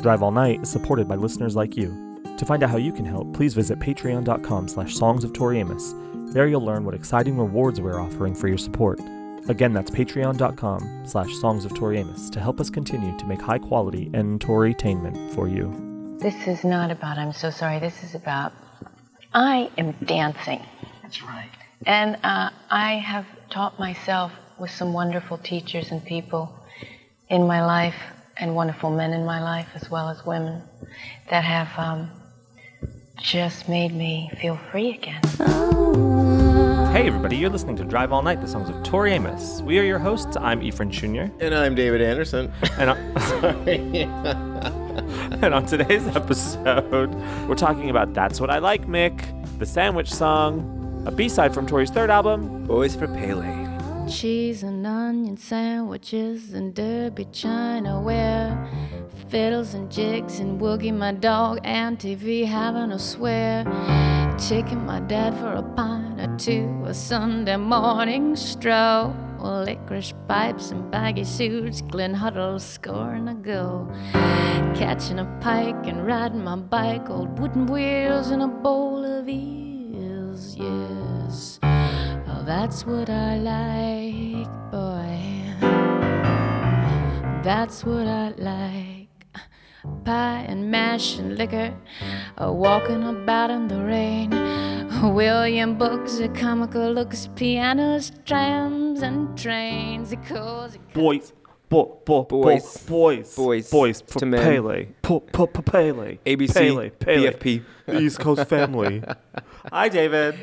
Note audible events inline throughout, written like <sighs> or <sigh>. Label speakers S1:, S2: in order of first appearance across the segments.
S1: Drive All Night is supported by listeners like you. To find out how you can help, please visit patreon.com slash songs of Tori Amos. There you'll learn what exciting rewards we're offering for your support. Again, that's patreon.com slash songs of Tori Amos to help us continue to make high quality and Torytainment for you.
S2: This is not about I'm so sorry. This is about I am dancing.
S3: That's right.
S2: And uh, I have taught myself with some wonderful teachers and people in my life, and wonderful men in my life, as well as women, that have um, just made me feel free again.
S1: Hey everybody, you're listening to Drive All Night, the songs of Tori Amos. We are your hosts. I'm Ephraim Jr.
S3: And I'm David <laughs> Anderson.
S1: And on, <laughs> and on today's episode, we're talking about That's What I Like, Mick, the sandwich song, a B-side from Tori's third album,
S3: Boys for Pele.
S4: Cheese and onion sandwiches and derby chinaware. Fiddles and jigs and Woogie, my dog, and TV having a swear. Taking my dad for a pint or two, a Sunday morning stroll. Licorice pipes and baggy suits, Glen Huddle scoring a goal. Catching a pike and riding my bike, old wooden wheels and a bowl of eels, yes. Oh, that's what I like, boy. That's what I like. Pie and mash and liquor, uh, walking about in the rain. William books, a comical looks, pianos, trams, and trains. It calls, it
S1: Boys, bo- bo-
S3: Boys.
S1: bo- boys,
S3: Boys.
S1: boys for
S3: To men.
S1: Pele, po- po- po- Pele,
S3: ABC,
S1: Pele, Pele,
S3: BFP.
S1: The East Coast
S3: <laughs>
S1: family. Hi, David.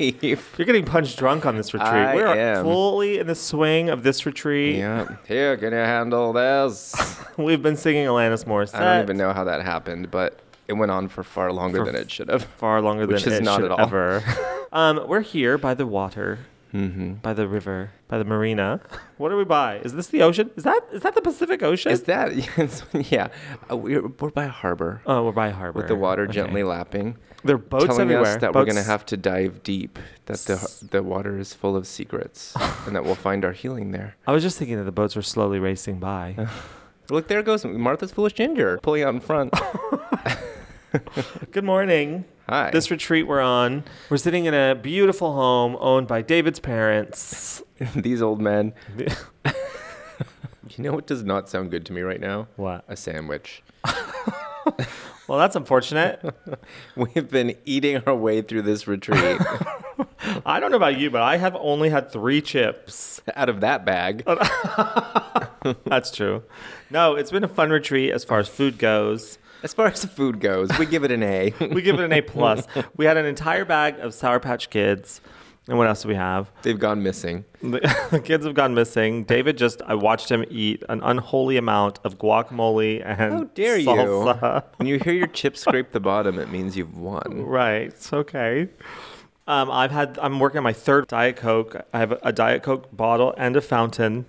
S1: You're getting punch drunk on this retreat.
S3: I
S1: we are
S3: am.
S1: fully in the swing of this retreat.
S3: yeah. Here, can you handle <laughs> this?
S1: <laughs> We've been singing Alanis Morissette.
S3: I don't even know how that happened, but it went on for far longer
S1: For
S3: than it should have.
S1: Far longer
S3: Which
S1: than
S3: is
S1: it
S3: not
S1: should
S3: at all. <laughs>
S1: ever. um, we're here by the water,
S3: Mm-hmm.
S1: by the river, by the marina. What are we by? Is this the ocean? Is that is that the Pacific Ocean?
S3: Is that? <laughs> Yes, yeah. Uh, We're, we're by a harbor
S1: oh, we're by a harbor.
S3: with the water
S1: Okay.
S3: gently lapping.
S1: There are boats
S3: telling
S1: everywhere.
S3: us that we're
S1: Boats-
S3: going to have to dive deep, that the, the water is full
S1: <laughs>
S3: of secrets, and that we'll find our healing there.
S1: I was just thinking that the boats were slowly racing
S3: <laughs>
S1: by. <laughs>
S3: Look, there goes Martha's Foolish Ginger pulling out
S1: <laughs>
S3: in front.
S1: Good morning.
S3: Hi.
S1: This retreat we're on, we're sitting in a beautiful home owned by David's
S3: <laughs>
S1: parents.
S3: These old men. You know what does not sound good to me right now?
S1: What?
S3: A sandwich. <laughs>
S1: Well, that's unfortunate.
S3: We've been eating our way through
S1: <laughs>
S3: this retreat <laughs>
S1: I don't know about you, but I have only had three chips.
S3: out of that bag.
S1: That's true. No, it's been a fun retreat as far as food goes.
S3: As far as food goes, we give it an A.
S1: <laughs> We give it an A plus. We had an entire bag of Sour Patch Kids. And what else do we have?
S3: <laughs> They've gone missing.
S1: The <laughs> kids have gone missing. David just I watched him eat an unholy amount of guacamole and
S3: How dare
S1: salsa. <laughs>
S3: you? When you hear your chip scrape the bottom, it means you've won.
S1: Right. Okay. Um, I've had. I'm working on my third Diet Coke. I have a Diet Coke bottle and a fountain.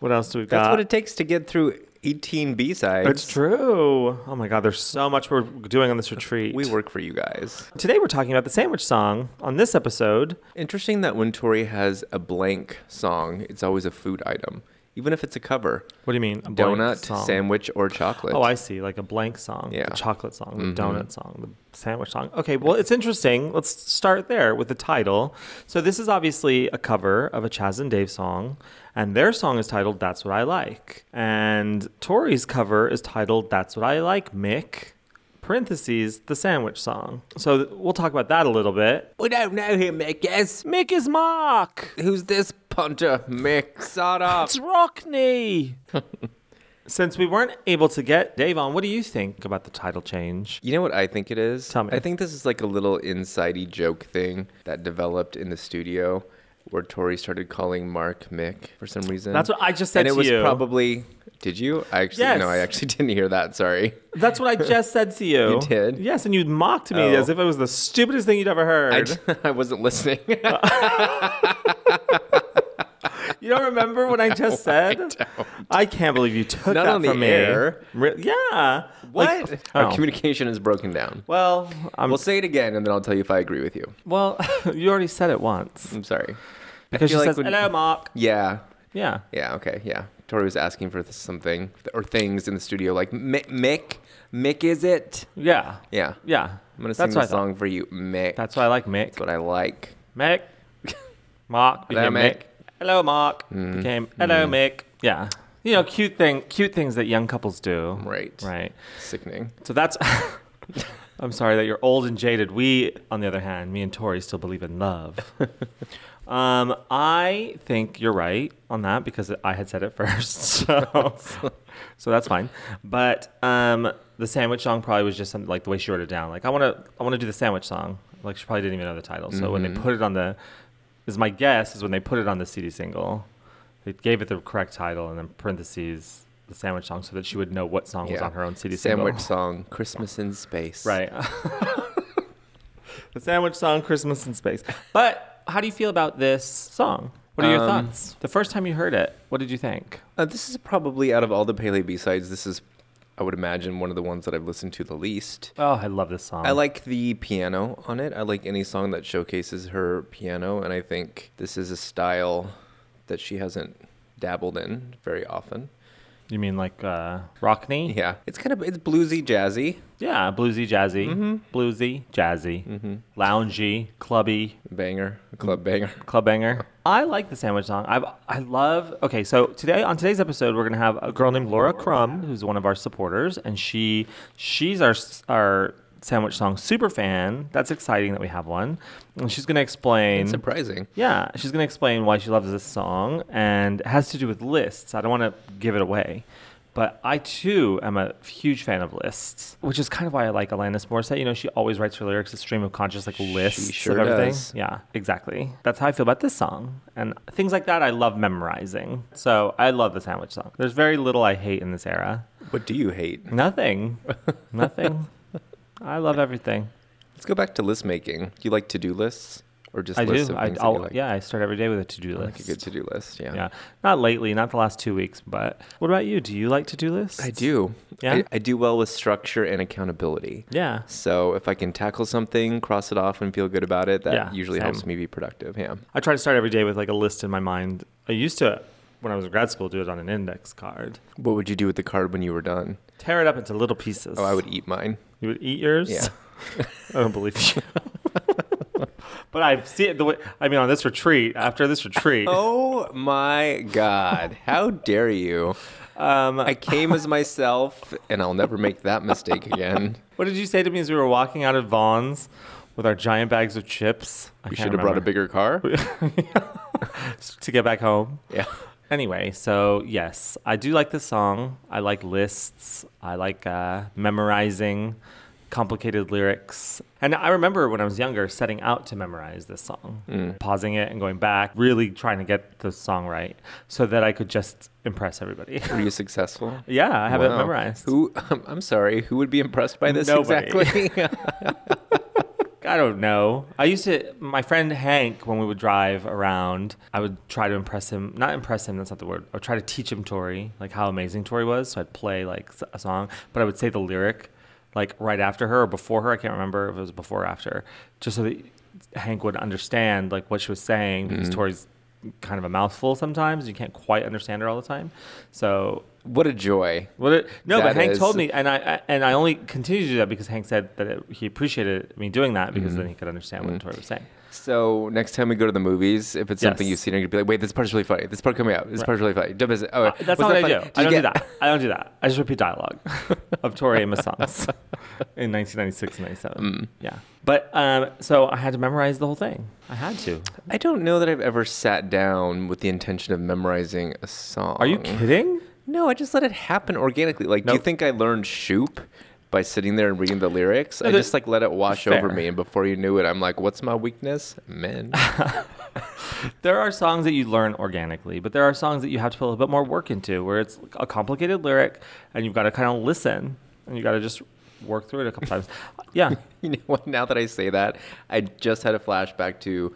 S1: What else do we
S3: That's
S1: got?
S3: what it takes to get through 18 B sides.
S1: It's true. Oh my God, there's so much we're doing on this retreat.
S3: We work for you guys.
S1: Today we're talking about the sandwich song on this episode.
S3: Interesting that when Tori has a blank song, it's always a food item, even if it's a cover.
S1: What do you mean? A blank
S3: Donut,
S1: song?
S3: sandwich, or chocolate.
S1: Oh, I see. Like a blank song,
S3: Yeah.
S1: the chocolate song, the donut song, the sandwich song. Okay, well, it's interesting. Let's start there with the title. So, this is obviously a cover of a Chaz and Dave song, and their song is titled That's What I Like. And Tori's cover is titled That's What I Like, Mick, parentheses, the sandwich song. So, th- we'll talk about that a little bit.
S3: We don't know him, I guess.
S1: Mick is Mark.
S3: Who's this punter? Mick Sodop.
S1: It's Rockney. Since we weren't able to get Dave on, what do you think about the title change?
S3: You know what I think it is?
S1: Tell me.
S3: I think this is like a little insidey joke thing that developed in the studio where Tori started calling Mark Mick for some reason.
S1: That's what I just said
S3: And it
S1: to
S3: was
S1: you.
S3: probably Did you? I actually
S1: Yes.
S3: no, I actually <laughs> didn't hear that, sorry.
S1: That's what I just said to you.
S3: <laughs> You did?
S1: Yes, and you mocked me
S3: Oh.
S1: as if it was the stupidest thing you'd ever heard.
S3: I, d- <laughs> I wasn't listening.
S1: Uh,
S3: <laughs>
S1: you don't remember
S3: <laughs>
S1: what I just said? I, can't believe you took that
S3: Not on the
S1: from me.
S3: air.
S1: Re- yeah. Like-
S3: Like,
S1: oh.
S3: Our communication is broken down.
S1: well, I'm,
S3: We'll say it again and then I'll tell you if I agree with you.
S1: well, <laughs> you already said it once
S3: I'm sorry.
S1: because she
S3: feel like
S1: says
S3: when-
S1: hello, Mark.
S3: Yeah.
S1: Yeah.
S3: Yeah, okay, yeah. Tori was asking for something or things in the studio, like Mick, Mick, Mick, is it?
S1: Yeah.
S3: Yeah,
S1: Yeah.
S3: I'm gonna
S1: That's
S3: sing
S1: what
S3: this
S1: I thought.
S3: song for you, Mick.
S1: That's why I like Mick.
S3: That's what I like.
S1: Mick.
S3: <laughs>
S1: Mark
S3: Hello,
S1: became Mick.
S3: Mick. Mm.
S1: Hello, Mark. Became hello, Mick. Yeah. You know, cute thing, cute things that young couples do.
S3: Right.
S1: Right.
S3: Sickening.
S1: So that's. <laughs> I'm sorry that you're old and jaded. We, on the other hand, me and Tori still believe in love. um, I think you're right on that because I had said it <laughs> first, so so that's fine. But um, the sandwich song probably was just something like the way she wrote it down. Like I want to, I want to do the sandwich song. Like she probably didn't even know the title. So when they put it on the, is my guess is when they put it on the CD single, they gave it the correct title and then parentheses the sandwich song so that she would know what song was on her own CD single.
S3: Sandwich song, Christmas in
S1: <laughs>
S3: Space.
S1: Right. the sandwich song, Christmas in Space. But how do you feel about this song? What are your
S3: Um,
S1: thoughts? The first time you heard it, what did you think?
S3: Uh, this is probably out of all the Pele B sides. This is, I would imagine, one of the ones that I've listened to the least.
S1: Oh, I love this song.
S3: I like the piano on it. I like any song that showcases her piano, and I think this is a style that she hasn't dabbled in very often.
S1: You mean like uh, Rockney?
S3: Yeah, it's kind of it's bluesy, jazzy,
S1: Yeah, bluesy, jazzy, bluesy, jazzy, Mm-hmm. loungy, clubby,
S3: banger, club banger.
S1: club banger. I like the sandwich song. I I love. Okay, so today on today's episode, we're gonna have a girl named Laura Crum, who's one of our supporters, and she she's our s- our sandwich song super fan. That's exciting that we have one, and she's gonna
S3: Mm-hmm.
S1: explain.
S3: Surprising.
S1: Yeah, she's gonna explain why she loves this song, and it has to do with lists. I don't want to give it away. But I too am a huge fan of lists, which is kind of why I like Alanis Morissette. You know, she always writes her lyrics a stream of conscious, like lists
S3: sure
S1: of everything.
S3: does.
S1: Yeah, exactly. That's how I feel about this song. And things like that, I love memorizing. So I love the sandwich song. There's very little I hate in this era.
S3: What do you hate?
S1: Nothing.
S3: <laughs>
S1: Nothing. I love everything.
S3: Let's go back to list making. Do you like to do lists or just
S1: I
S3: lists
S1: do.
S3: of
S1: I,
S3: things that you
S1: I'll,
S3: like?
S1: yeah, I start every day with a to do
S3: I
S1: list.
S3: like a good to do list. Yeah.
S1: Yeah. Not lately, not the last two weeks, but what about you? Do you like to do lists?
S3: I do.
S1: Yeah?
S3: I, I do well with structure and accountability.
S1: Yeah.
S3: So if I can tackle something, cross it off, and feel good about it, that
S1: Yeah,
S3: usually
S1: same.
S3: helps me be productive. Yeah.
S1: I try to start every day with like a list in my mind. I used to, when I was in grad school, do it on an index card.
S3: What would you do with the card when you were done?
S1: Tear it up into little pieces.
S3: Oh, I would eat mine.
S1: You would eat yours?
S3: Yeah.
S1: <laughs> I don't believe you. <laughs> but I see it the way, I mean, on this retreat, after this retreat,
S3: <laughs> Oh my God. How dare <laughs> you?
S1: um,
S3: I came as myself, and I'll never make that
S1: <laughs>
S3: mistake again.
S1: what did you say to me as we were walking out of Vaughn's with our giant bags of chips? I
S3: We
S1: can't
S3: should have brought a
S1: remember.
S3: bigger
S1: <laughs>
S3: car.
S1: to get back home.
S3: Yeah.
S1: Anyway, so yes, I do like this song. I like lists. I like uh, memorizing complicated lyrics. And I remember when I was younger setting out to memorize this song,
S3: Mm.
S1: pausing it and going back, really trying to get the song right so that I could just impress everybody. <laughs>
S3: Were you successful?
S1: yeah, I have it
S3: Wow.
S1: memorized.
S3: Who? um, I'm sorry. Who would be impressed by this
S1: Nobody. <laughs>
S3: exactly? <laughs>
S1: I don't know. I used to, my friend Hank, when we would drive around, I would try to impress him. Not impress him, that's not the word. I would try to teach him Tori, like how amazing Tori was. So I'd play like s- a song, but I would say the lyric like right after her or before her. I can't remember if it was before or after, just so that Hank would understand like what she was saying because Tori's kind of a mouthful sometimes. You can't quite understand her all the time. So
S3: what a joy.
S1: what it, no, but
S3: That
S1: Hank
S3: is-
S1: told me, and I, I and I only continued to do that because Hank said that it, he appreciated me doing that
S3: Mm-hmm.
S1: because then he could understand what Tori
S3: Uh,
S1: was saying.
S3: So next time we go to the movies, if it's something
S1: Yes.
S3: you've seen, you're gonna be like, "Wait, this part's really funny. This part coming out. This part's really funny." Don't miss it. Oh,
S1: Uh, That's
S3: was
S1: not
S3: that
S1: what I do.
S3: funny? Did
S1: I don't
S3: you
S1: do
S3: get-
S1: that. I don't do that. I just repeat dialogue <laughs> of Tori Amos
S3: <laughs>
S1: songs in 1996 and
S3: Mm.
S1: 97. Yeah, but um, so I had to memorize the whole thing. I had to.
S3: I don't know that I've ever sat down with the intention of memorizing a song.
S1: Are you kidding?
S3: No, I just let it happen organically. Like, do you
S1: Nope.
S3: think I learned "Shoop" by sitting there and reading the lyrics? I
S1: that-
S3: just like let it wash over
S1: Fair.
S3: me, and before you knew it, I'm like, "What's my weakness?"
S1: <laughs>
S3: Men. <laughs>
S1: There are songs that you learn organically, but there are songs that you have to put a little bit more work into, where it's a complicated lyric, and you've got to kind of listen, and you got to just work through it a couple
S3: <laughs>
S1: times. Yeah.
S3: You know what? Now that I say that, I just had a flashback to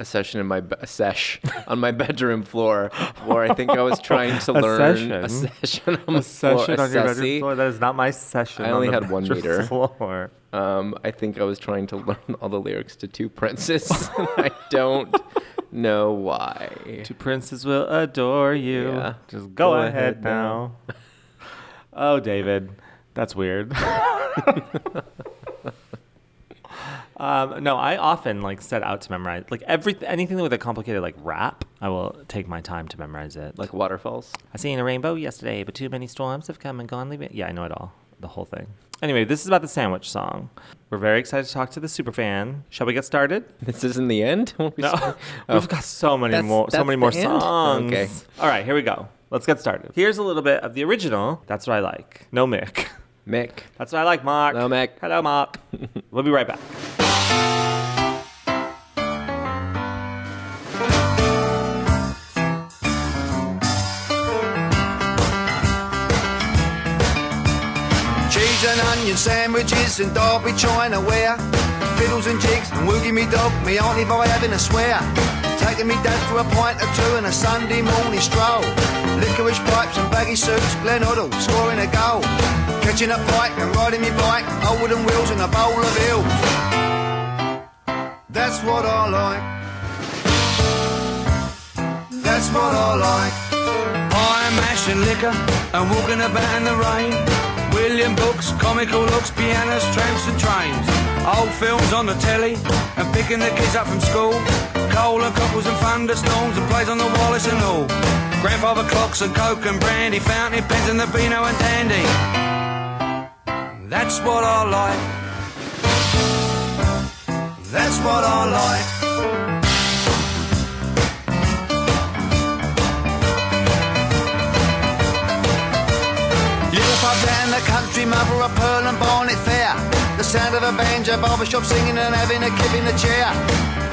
S3: a session in my be-
S1: <laughs>
S3: a sesh on my bedroom floor where I think I was trying
S1: A
S3: to learn a
S1: session?
S3: session on the floor. a sessie.
S1: That is not my session.
S3: I only had one meter.
S1: Floor. <laughs>
S3: Um, I think I was trying to learn all the lyrics to Two Princes. and I don't know why.
S1: Two princes will adore you.
S3: Yeah.
S1: Just go,
S3: Go
S1: ahead,
S3: ahead
S1: now. oh, David, that's <laughs> weird. um, no, I often like set out to memorize like every anything with a complicated like rap. I will take my time to memorize it. Like
S3: Like waterfalls.
S1: I seen a rainbow yesterday, but too many storms have come and gone. Leaving. Yeah, I know it all. The whole thing. Anyway, this is about the sandwich song. We're very excited to talk to the super fan. Shall we get started?
S3: This isn't the end. <laughs> Won't we
S1: No, <laughs>
S3: start- Oh.
S1: we've got so many
S3: That's-
S1: more, so
S3: that's
S1: many more
S3: the end?
S1: songs.
S3: Okay.
S1: All right, here we go. Let's get started. Here's a little bit of the original. That's what I like. No Mick.
S3: Mick.
S1: <laughs> That's what I like, Mark.
S3: Hello, Mick.
S1: Hello,
S3: <laughs>
S1: Mark. we'll be right back.
S5: Cheese and onion sandwiches and Derby China ware. Fiddles and jigs and woogie me dog, me auntie by having a swear. Taking me dad for a pint or two and a Sunday morning stroll. Licorice pipes and baggy suits, Glen Oddle scoring a goal. Catching a bike and riding me bike, old wooden wheels and a bowl of ale. That's what I like. That's what I like.
S6: I'm mashing liquor and walking about in the rain. William books, comical looks, pianos, tramps and trains. Old films on the telly and picking the kids up from school. Coal and cockles and thunderstorms and plays on the Wallace and all. Grandfather clocks and coke and brandy, fountain pens and the Beano and Dandy. That's what I like.
S5: That's what I like. Little pub down the country, mother a pearl and bonnet fair. The sound of a banjo, barbershop singing and having a kip in a chair.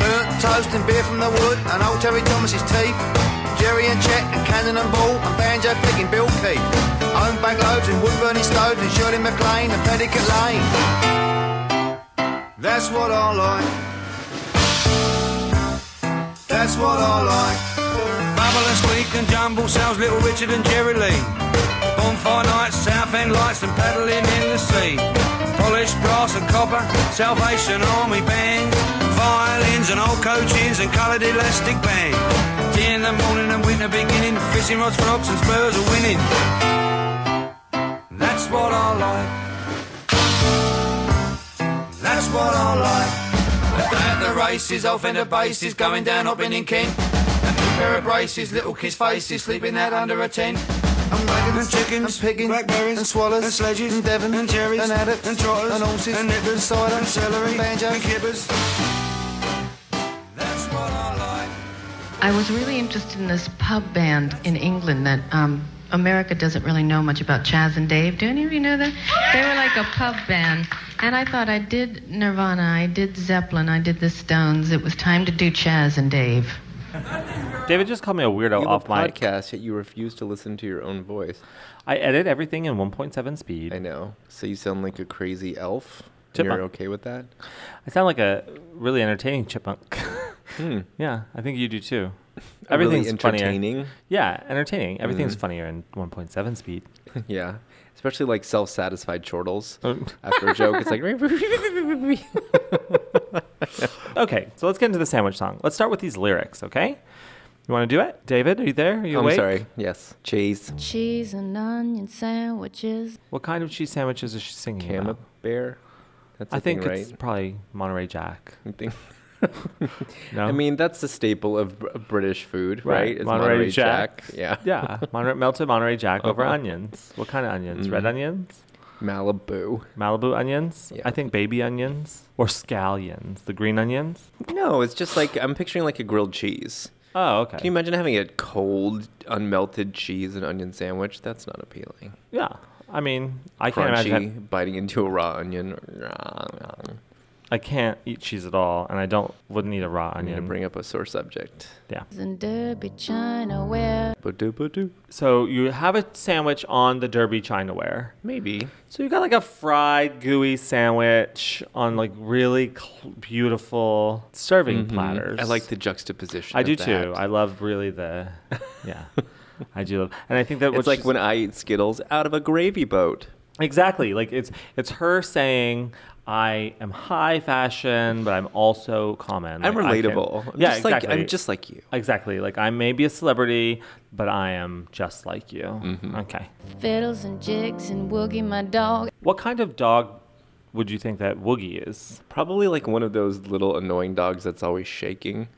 S5: Burnt toast and beer from the wood and old Terry Thomas's teeth. Jerry and Chet and Cannon and Ball and banjo picking Bill Keith. Own bank loads and Woodburn and Stones and Shirley MacLaine and Petticoat Lane. That's what I like. That's what I like.
S6: Bubble and squeak and jumble sounds Little Richard and Jerry Lee. Bonfire nights, South End lights and paddling in the sea. Polished brass and copper, Salvation Army bands, violins and old coachings and coloured elastic band. Tea in the morning and winter beginning, fishing rods, frogs and spurs are winning. That's what I like.
S5: That's what I like. A day at the races, off in the bases, going down, hopping in king. A new pair of braces, little kids' faces, sleeping out under a tent. And wagons,
S6: And chickens,
S5: and piggin,
S6: blackberries,
S5: and swallows,
S6: and sledges,
S5: and Devon,
S6: and cherries,
S5: and adits,
S6: and trotters,
S5: and horses,
S6: and nippers,
S5: and cider,
S6: and celery,
S5: and banjo,
S6: and kippers.
S5: That's what I like.
S7: I was really interested in this pub band in England that um, America doesn't really know much about Chaz and Dave. Do any of you know that? They were like a pub band. And I thought I did Nirvana, I did Zeppelin, I did the Stones. It was time to do Chaz and Dave.
S1: David just called me a weirdo
S3: You have
S1: off
S3: a
S1: mic.
S3: podcast, yet you refuse to listen to your own voice.
S1: I edit everything in 1.7 speed.
S3: I know. So you sound like a crazy elf. and
S1: Chipmunk.
S3: You're okay with that?
S1: I sound like a really entertaining chipmunk. <laughs> Yeah, I think you do too.
S3: A Hmm. <laughs> really
S1: Everything's funnier. <laughs>
S3: entertaining. Mm-hmm.
S1: Yeah, entertaining. Everything's funnier in 1.7
S3: <laughs>
S1: speed.
S3: Yeah. Especially like self-satisfied chortles.
S1: Um.
S3: After a joke,
S1: <laughs>
S3: it's like
S1: Okay, so let's get into the sandwich song. Let's start with these lyrics, okay? You want to do it? David, are you there? Are you
S3: <laughs> I'm
S1: awake?
S3: sorry. Yes, cheese,
S8: Cheese and onion sandwiches.
S1: What kind of cheese sandwiches is she singing about?
S3: camembert. That's a
S1: I think
S3: thing, right?
S1: it's probably Monterey
S3: <laughs>
S1: Jack.
S3: I think-
S1: <laughs> No?
S3: I mean, that's the staple of Br- British food, right? It's Yeah.
S1: <laughs> Yeah. Monterey, melted Monterey Jack over
S3: Uh-huh. Mm-hmm.
S1: onions. What kind of onions? Red onions?
S3: Malibu.
S1: Malibu onions?
S3: Yeah.
S1: I think baby onions. Or scallions. The green onions?
S3: No, it's just like I'm picturing like a grilled cheese.
S1: Oh, okay.
S3: Can you imagine having a cold, unmelted cheese and onion sandwich? That's not appealing.
S1: yeah. I mean, I can't imagine.
S3: Crunchy, biting into a raw onion.
S1: I can't eat cheese at all, and I don't wouldn't eat a raw
S3: I'm gonna
S1: onion.
S3: bring up a sore subject.
S1: yeah.
S8: And derby china ware.
S3: Ba-do, ba-do.
S1: So you have a sandwich on the Derby chinaware.
S3: Maybe.
S1: So you got like a fried gooey sandwich on like really cl- beautiful serving platters.
S3: Mm-hmm. I like the juxtaposition.
S1: I
S3: of
S1: do
S3: that.
S1: too. I love really the. <laughs> Yeah, I do love, and I think that
S3: It's
S1: what's
S3: like when I eat Skittles out of a gravy boat.
S1: Exactly. Like it's it's her saying I am high fashion, but I'm also common.
S3: I'm
S1: Like, I can-
S3: relatable. I'm
S1: yeah,
S3: just like-
S1: exactly.
S3: I'm just like you.
S1: Exactly. Like I may be a celebrity, but I am just like you.
S3: Mm-hmm.
S1: Okay.
S8: Fiddles and jigs and Woogie, my dog.
S1: What kind of dog would you think that Woogie is?
S3: Probably like one of those little annoying dogs that's always shaking,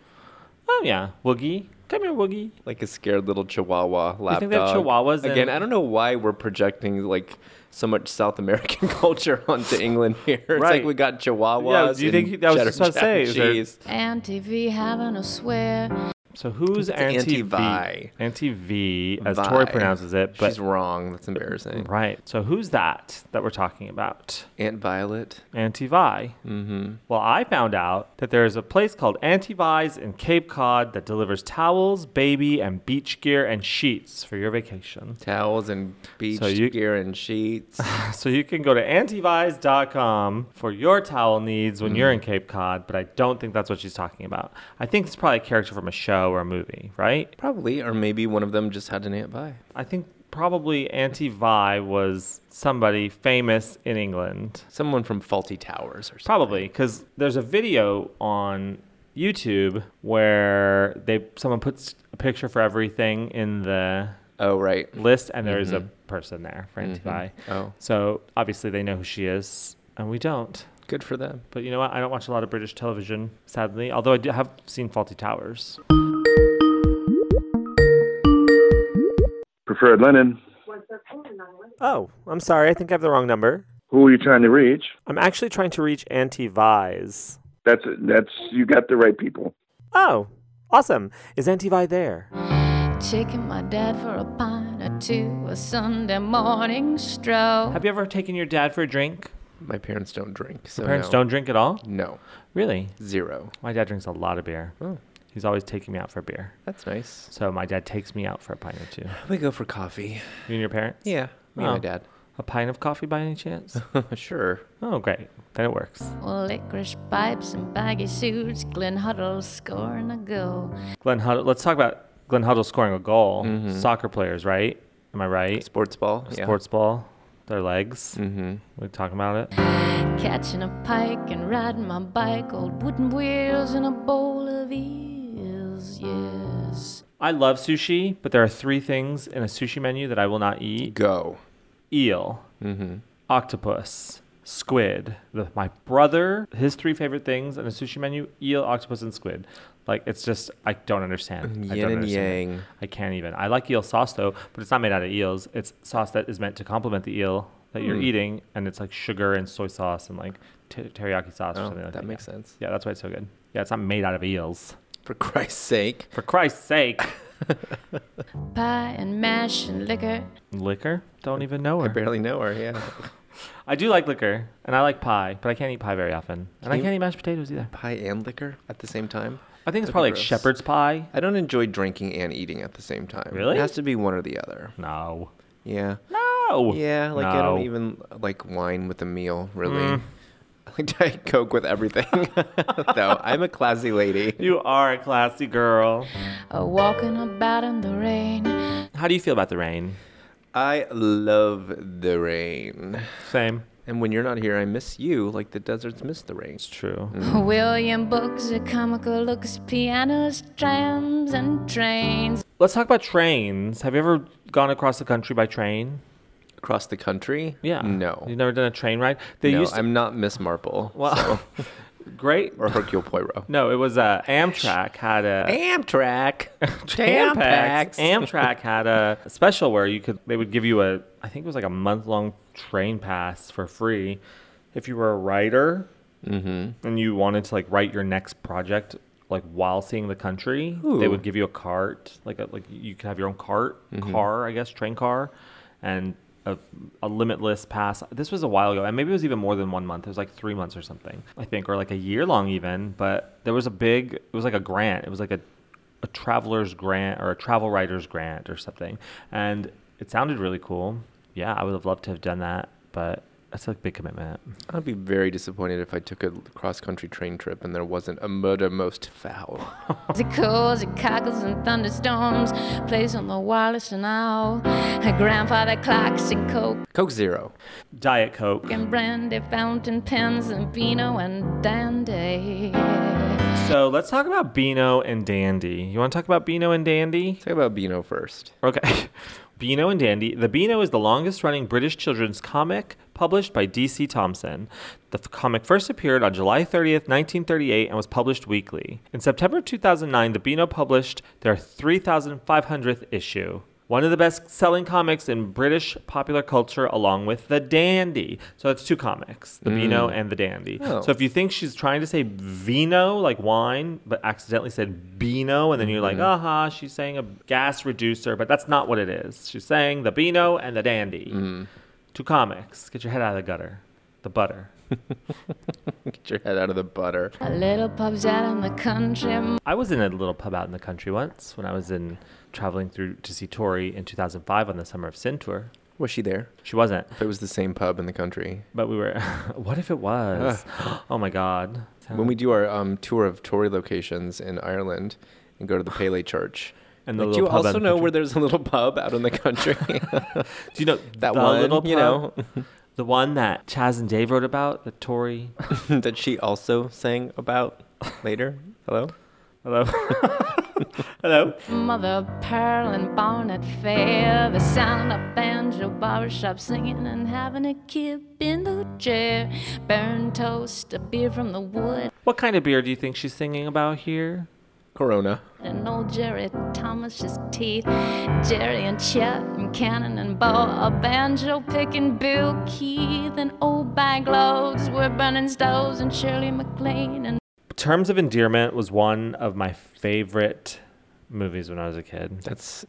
S1: Oh yeah, Woogie. Come here, Woogie.
S3: like a scared little Chihuahua lap
S1: think they have
S3: dog.
S1: Chihuahuas in-
S3: Again, I don't know why we're projecting like so much South American <laughs> culture onto England here. It's
S1: Right.
S3: like we got Chihuahuas.
S1: Yeah, do you think
S3: and
S1: that was
S3: cheddar
S1: just what I say, is there-
S3: cheese.
S8: Auntie V having a swear.
S1: So who's Auntie V?
S3: Anti-Vi.
S1: Auntie V, as Tori
S3: Vi.
S1: pronounces it, but
S3: she's wrong. That's embarrassing.
S1: right. So who's that that we're talking about?
S3: Aunt Violet.
S1: Antivi. Mm-hmm. Well, I found out that there is a place called Antivi's in Cape Cod that delivers towels, baby, and beach gear and sheets for your vacation. <laughs>
S3: Towels and beach
S1: you-
S3: gear
S1: <laughs>
S3: and sheets.
S1: So you can go to antivi's.com for your towel needs
S3: Mm.
S1: when you're in Cape Cod, but I don't think that's what she's talking about. I think it's probably a character from a show or a movie, right?
S3: Probably, or maybe one of them just had an Aunt Vi.
S1: I think probably Antivi was somebody famous in England.
S3: Someone from Faulty Towers or something.
S1: Probably because there's a video on YouTube where they someone puts a picture for everything in the
S3: Oh, right.
S1: list, and there is a person there for Antivi.
S3: Oh.
S1: so obviously they know who she is, and we don't.
S3: Good for them.
S1: But you know what? I don't watch a lot of British television, sadly. Although I do have seen Faulty Towers.
S9: Preferred Lennon.
S1: Oh, I'm sorry. I think I have the wrong number.
S9: Who are you trying to reach?
S1: I'm actually trying to reach Antivi's.
S9: That's that's you got the right people.
S1: Oh, awesome! Is Antivi there?
S8: Taking my dad for a pint or two, a Sunday morning stroll.
S1: Have you ever taken your dad for a drink?
S3: My parents don't drink. So
S1: Parents
S3: no.
S1: don't drink at all.
S3: No,
S1: Really?
S3: zero.
S1: My dad drinks a lot of beer.
S3: Oh.
S1: He's always taking me out for beer.
S3: That's nice.
S1: So my dad takes me out for a pint or two. You
S3: We go for coffee.
S1: and your parents?
S3: Yeah, me
S1: Oh.
S3: and my dad.
S1: A pint of coffee by any
S3: <laughs>
S1: chance?
S3: sure.
S1: oh, great. Then it works.
S8: Licorice pipes and baggy suits, Glenn Huddle scoring a goal.
S1: Glenn Huddle. Let's talk about Glenn Huddle scoring a goal. Soccer players, right? Am I right?
S3: Sports ball. Mm-hmm. yeah.
S1: Sports ball, their legs. Mm-hmm. We're talking about it.
S8: Catching a pike and riding my bike, old wooden wheels and a bowl of eels, yes.
S1: I love sushi, but there are three things in a sushi menu that I will not eat:
S3: Go.
S1: eel,
S3: Mm-hmm.
S1: octopus, squid. The, my brother, his three favorite things in a sushi menu: eel, octopus, and squid. Like it's just I don't understand. I
S3: Yin
S1: don't
S3: and
S1: understand.
S3: yang.
S1: I can't even. I like eel sauce though, but it's not made out of eels. It's sauce that is meant to complement the eel that you're
S3: Hmm.
S1: eating, and it's like sugar and soy sauce and like te- teriyaki sauce or
S3: Oh,
S1: something like that.
S3: that makes
S1: yeah.
S3: sense.
S1: Yeah, that's why it's so good. Yeah, it's not made out of eels.
S3: For <laughs> Christ's sake.
S1: For Christ's sake,
S3: <laughs>
S8: Pie and mash and liquor.
S1: liquor. Don't even know
S3: I
S1: her.
S3: barely know her. Yeah. <laughs>
S1: I do like liquor, and I like pie, but I can't eat pie very often, and I
S3: you-
S1: can't eat mashed potatoes either.
S3: Pie and liquor at the same time.
S1: I think it's
S3: That'd be
S1: probably like
S3: gross.
S1: shepherd's pie.
S3: I don't enjoy drinking and eating at the same time.
S1: Really?
S3: It has to be one or the other.
S1: No.
S3: Yeah.
S1: No.
S3: Yeah, like I don't
S1: No. Mm.
S3: even like wine with a meal, really. I <laughs> like Diet Coke with everything. <laughs> Though I'm a classy lady.
S1: You are a classy girl.
S8: A walking about in the rain.
S1: How do you feel about the rain?
S3: I love the rain.
S1: Same.
S3: And when you're not here, I miss you like the deserts miss the rain.
S1: It's true.
S3: Mm.
S8: William books a comical looks, pianos, trams, and trains.
S1: Let's talk about trains. Have you ever gone across the country by train?
S3: Across the country?
S1: Yeah.
S3: No.
S1: You've never done a train ride? They
S3: no,
S1: used to,
S3: I'm not Miss Marple.
S1: <laughs> well, <laughs> great.
S3: or
S1: <laughs>
S3: Hercule Poirot.
S1: No, it was uh, Amtrak had a <laughs>
S3: Amtrak.
S1: Amtrak.
S3: Tampax.
S1: Amtrak had a special where you could they would give you a I think it was like a month long train pass for free if you were a writer and you wanted to like write your next project like while seeing the country they
S3: Ooh.
S1: would give you a cart like a, like you could have your own cart car I guess train car and a, a limitless pass this was a while ago and maybe it was even more than one month it was like three months or something I think or like a year long even but there was a big it was like a grant it was like a a traveler's grant or a travel writer's grant or something and it sounded really cool yeah I would have loved to have done that but That's a big commitment.
S3: I'd be very disappointed if I took a cross country train trip and there wasn't a murder most foul.
S1: <laughs>
S8: It calls, it cackles and thunderstorms. Plays on the wireless and now. Her grandfather clocks and coke
S3: Coke Zero.
S1: Diet Coke.
S8: and brandy, fountain pens and vino and dandy.
S1: So let's talk about Beano and Dandy. You want to talk about Beano and Dandy?
S3: Talk about Beano first.
S1: Okay. <laughs> Beano and Dandy. The Beano is the longest running British children's comic published by D.C. Thompson. The f- comic first appeared on July 30th, 1938, and was published weekly. In September 2009, the Beano published their 3,500th issue. One of the best selling comics in British popular culture, along with The Dandy. So that's two comics, The Beano and The Dandy. So if you think she's trying to say vino, like wine, but accidentally said Beano, and then you're like,
S3: Mm-hmm.
S1: aha, she's saying a gas reducer, but that's not what it is. She's saying The Beano and The Dandy.
S3: Mm-hmm.
S1: Two comics. Get your head out of the gutter. The butter.
S3: Get your head out of the butter.
S8: A little pubs out in the country.
S1: I was in a little pub out in the country once when I was in traveling through to see Tori in 2005 on the Summer of Sin tour.
S3: Was she there?
S1: She wasn't,
S3: If it was the same pub in the country.
S1: but we were. <laughs> what if it
S3: <sighs>
S1: was? oh my God.
S3: When we do our um, tour of Tory locations in Ireland and go to the Pele Church.
S1: And the
S3: like, do
S1: little
S3: you
S1: pub out
S3: also
S1: in the
S3: know
S1: country.
S3: where there's a little pub out in the country? <laughs>
S1: Do you know
S3: that
S1: the
S3: one,
S1: little
S3: you know,
S1: pub?
S3: <laughs>
S1: the one that Chaz and Dave wrote about, the Tori.
S3: that she also sang about later. Hello?
S1: Hello. Hello.
S8: Mother of Pearl and Barnet Fair, the sound of banjo, barbershop singing, and having a kip in the chair. Burn toast, a beer from the wood,
S1: What kind of beer do you think she's singing about here?
S3: Corona.
S8: and old Jerry Thomas's teeth. Jerry and Chet and Cannon and Bo, a banjo picking Bill Keith, and old bag loads were burning stoves, and Shirley MacLaine, and
S1: Terms of Endearment was one of my favorite movies when I was a kid.
S3: That's.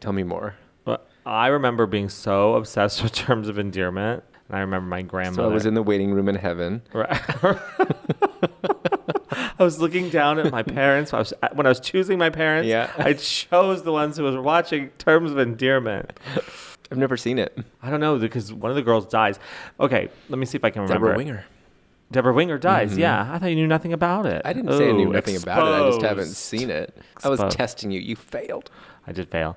S3: Tell me more.
S1: Well, I remember being so obsessed <laughs> with terms of endearment, and I remember my grandmother.
S3: So I was in the waiting room in heaven.
S1: Right. <laughs> I was looking down at my parents. I was uh, when I was choosing my parents.
S3: Yeah.
S1: I chose the ones who was watching Terms of Endearment.
S3: I've never seen it.
S1: I don't know because one of the girls dies. Okay, let me see if I can remember.
S3: Deborah
S1: it.
S3: Winger.
S1: Deborah Winger dies. Yeah, I thought you knew nothing about it.
S3: Mm-hmm. I didn't say I knew
S1: Oh,
S3: nothing about it. I just haven't
S1: exposed.
S3: seen it. I was
S1: Exposed.
S3: testing you. You failed.
S1: I did fail.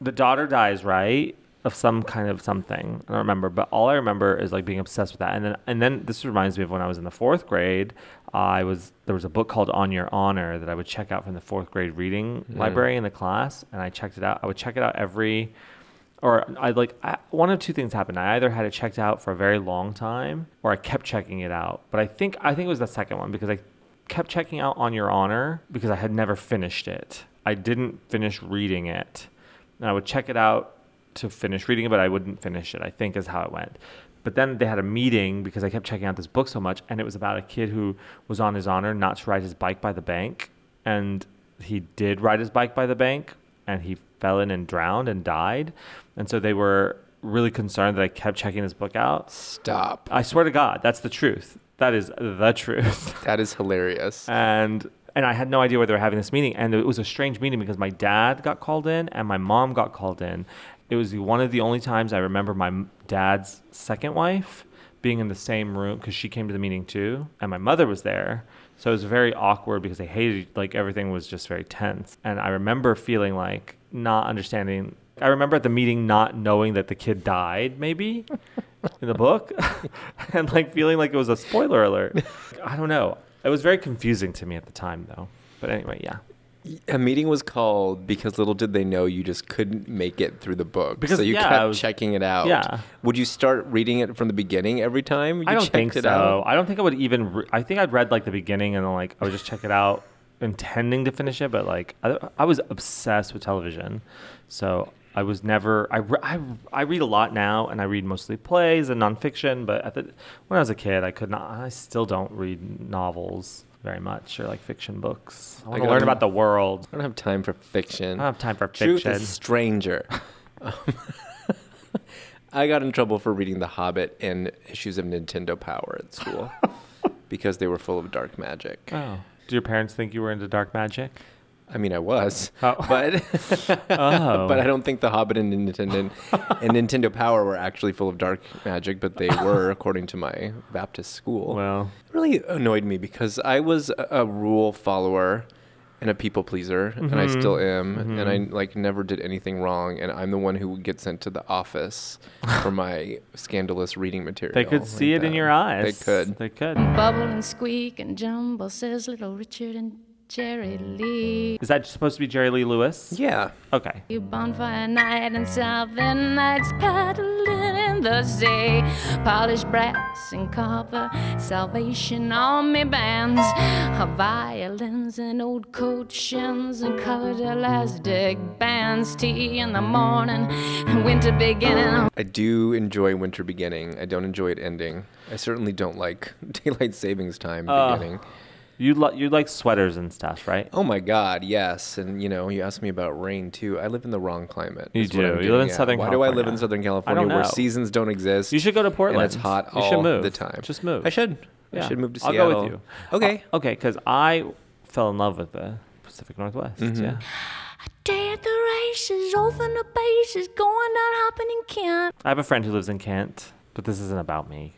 S1: The daughter dies, right? Of some kind of something. I don't remember, but all I remember is like being obsessed with that. And then and then this reminds me of when I was in the fourth grade. I was there was a book called On Your Honor that I would check out from the fourth grade reading
S3: Mm.
S1: library in the class, and I checked it out. I would check it out every or I like I, one of two things happened. I either had it checked out for a very long time, or I kept checking it out. But I think I think it was the second one because I kept checking out on your honor because I had never finished it. I didn't finish reading it, and I would check it out to finish reading it, but I wouldn't finish it. I think is how it went. But then they had a meeting because I kept checking out this book so much, and it was about a kid who was on his honor not to ride his bike by the bank, and he did ride his bike by the bank, and he fell in and drowned and died. And so they were really concerned that I kept checking this book out.
S3: Stop.
S1: I swear to God, that's the truth. That is the truth.
S3: That is hilarious.
S1: Uh, and and I had no idea where they were having this meeting. And it was a strange meeting because my dad got called in and my mom got called in. It was one of the only times I remember my m- dad's second wife being in the same room because she came to the meeting too, and my mother was there. So it was very awkward because they hated like everything was just very tense. And I remember feeling like not understanding. I remember at the meeting not knowing that the kid died, maybe in the book <laughs> and like feeling like it was a spoiler alert. I don't know. It was very confusing to me at the time though. But anyway, yeah.
S3: A meeting was called because little did they know you just couldn't make it through the book.
S1: Because,
S3: so you
S1: yeah, I
S3: kept
S1: was-
S3: checking it out.
S1: yeah.
S3: Would you start reading it from the beginning every time? You
S1: I don't
S3: checked
S1: think
S3: it
S1: so.
S3: out?
S1: I don't think I would even re- I think I'd read like the beginning and then like I would just check it out intending to finish it, but like I, I was obsessed with television. So I was never I, re- I I read a lot now and I read mostly plays and nonfiction, but at the when I was a kid I could not I still don't read novels very much or like fiction books. I want to
S3: got
S1: learn
S3: a-
S1: about the world.
S3: I don't have time for fiction.
S1: I don't have time for
S3: Truth
S1: fiction.
S3: is
S1: <laughs>
S3: stranger. I got in trouble for reading The Hobbit and issues of Nintendo Power at
S1: <laughs>
S3: school because they were full of dark magic.
S1: Uh. Oh. Do your parents think you were into dark magic?
S3: I mean, I was,
S1: Oh.
S3: <laughs> but
S1: <laughs> Oh.
S3: <laughs> but I don't think the Hobbit and Nintendo
S1: <laughs>
S3: and Nintendo Power were actually full of dark magic, but they were, according to my Baptist school.
S1: Well.
S3: It really annoyed me because I was a, a rule follower and a people pleaser, and
S1: Mm-hmm.
S3: I still am, and I like never did anything wrong, and I'm the one who would get sent to the office
S1: <laughs>
S3: for my scandalous reading material.
S1: They could
S3: like
S1: see it in
S3: that.
S1: your eyes.
S3: They could.
S1: They could.
S4: Bubble and squeak and jumble, says little Richard and Jerry Lee.
S1: Is that supposed to be Jerry Lee Lewis?
S3: Yeah.
S1: Okay.
S4: You bonfire night and southern lights paddling in the sea. Polished brass and copper, Salvation Army bands of violins and old coat shins and colored elastic bands. Tea in the morning and winter beginning.
S3: I do enjoy winter beginning. I don't enjoy it ending. I certainly don't like <laughs> daylight savings time beginning.
S1: You li- you like sweaters and stuff, right?
S3: Oh my God, yes. And you know, you asked me about rain too. I live in the wrong climate.
S1: You
S3: is what
S1: do. You
S3: I'm getting
S1: live in
S3: at.
S1: Southern
S3: Why Why do I live in
S1: California.
S3: Southern
S1: I don't
S3: California where
S1: know.
S3: seasons don't exist?
S1: You should go to Portland.
S3: And it's hot
S1: You
S3: all
S1: should move.
S3: the time.
S1: Just move.
S3: I should.
S1: Yeah.
S3: I should move to
S1: I'll
S3: Seattle.
S1: go with you.
S3: Okay.
S1: Uh, okay, because I fell in love with the Pacific Northwest.
S3: Mm-hmm.
S1: Yeah.
S4: Day at the races, off in the bases, going down hopping in Kent.
S1: I have a friend who lives in Kent, but this isn't about me.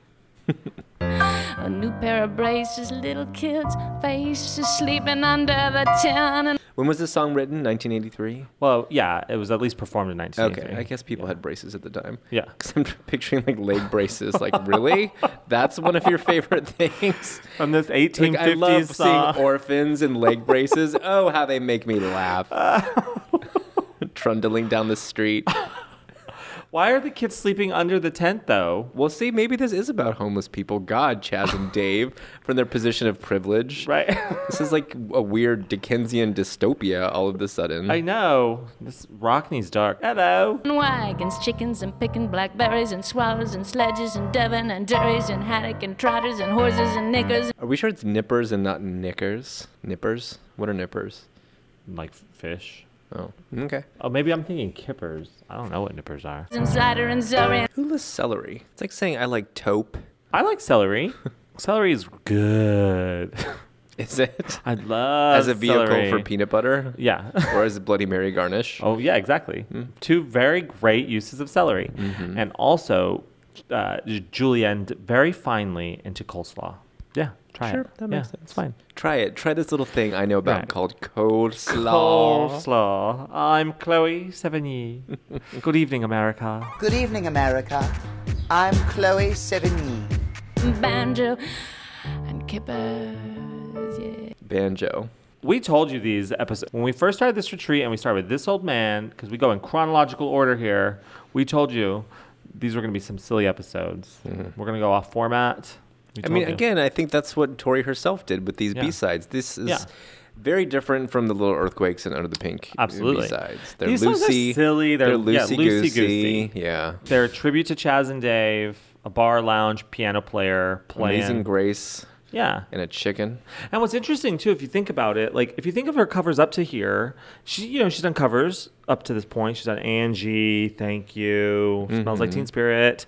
S4: A new pair of braces, little kids' faces sleeping under the tin. And
S3: When was this song written? 1983?
S1: Well, yeah, it was at least performed in
S3: Okay.
S1: 1983.
S3: I guess people had braces at the time.
S1: Yeah.
S3: <laughs> 'Cause I'm picturing like leg braces. Like, really? That's one of your favorite <laughs> things?
S1: From this 1850s
S3: Like, I love
S1: song.
S3: seeing orphans in leg braces. Oh, how they make
S1: <laughs>
S3: me laugh. Trundling down the street.
S1: Why are the kids sleeping under the tent, though?
S3: Well, see, maybe this is about homeless people. God, Chaz
S1: <laughs>
S3: and Dave from their position of privilege.
S1: Right. <laughs>
S3: This is like a weird Dickensian dystopia all of a sudden.
S1: I know. This Rockney's dark. Hello.
S4: wagons, chickens and picking blackberries and swallows and sledges and Devon and Derries and haddock and trotters and horses and knickers.
S3: Are we sure it's nippers and not knickers? Nippers? What are nippers?
S1: Like fish.
S3: Oh, okay.
S1: Oh, maybe I'm thinking kippers. I don't know what nippers are.
S4: And cider and Zurich.
S3: Who lists celery? It's like saying I like taupe. <laughs>
S1: I like celery. celery is good. <laughs>
S3: Is it?
S1: I love
S3: As a vehicle
S1: celery.
S3: for peanut butter?
S1: Yeah. <laughs>
S3: Or as a Bloody Mary garnish?
S1: Oh yeah, exactly.
S3: Hmm.
S1: Two very great uses of celery,
S3: Mm-hmm.
S1: and also uh, j- julienne very finely into coleslaw. Yeah, try
S3: Sure,
S1: it.
S3: that makes
S1: yeah,
S3: sense.
S1: It's fine.
S3: Try it. Try this little thing I know about
S1: Right.
S3: called coleslaw.
S1: Coleslaw. I'm Chloe
S3: <laughs>
S1: Sevigny. Good evening, America.
S10: Good evening, America. I'm Chloe Sevigny.
S4: banjo and kippers. Yeah.
S3: Banjo.
S1: We told you these episodes when we first started this retreat, and we started with this old man because we go in chronological order here. We told you these were going to be some silly episodes. We're going to go off format. We
S3: Mm-hmm. I mean,
S1: told you.
S3: again, I think that's what Tori herself did with these
S1: Yeah.
S3: B-sides. This is
S1: Yeah.
S3: very different from the Little Earthquakes and Under the Pink uh,
S1: Absolutely.
S3: B-sides. They're
S1: These songs are
S3: loosey,
S1: silly, they're- yeah,
S3: loosey-goosey.
S1: loosey-goosey.
S3: Yeah.
S1: They're a tribute to Chaz and Dave, a bar lounge, piano player, playing.
S3: Amazing Grace
S1: Yeah.
S3: and a chicken.
S1: And what's interesting too, if you think about it, like if you think of her covers up to here, she you know, she's done covers up to this point. She's done Angie, Thank You, Smells Like Teen Spirit,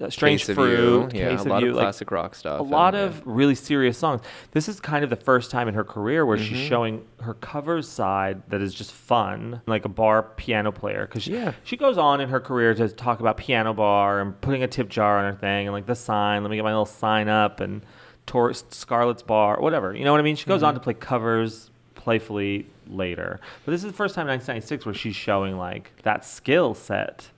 S1: uh, Strange
S3: Case Mm-hmm. of
S1: Fruit,
S3: You. Yeah,
S1: Case
S3: a lot of,
S1: like,
S3: classic rock stuff.
S1: a lot
S3: and,
S1: of really serious songs. This is kind of the first time in her career where
S3: Mm-hmm.
S1: she's showing her covers side that is just fun, like a bar piano player. Because she,
S3: Yeah.
S1: she goes on in her career to talk about piano bar and putting a tip jar on her thing and like the sign, let me get my little sign up and tourist Scarlet's bar, whatever. You know what I mean? She goes on
S3: Mm-hmm.
S1: to play covers playfully later. But this is the first time in 1996 where she's showing like that skill set.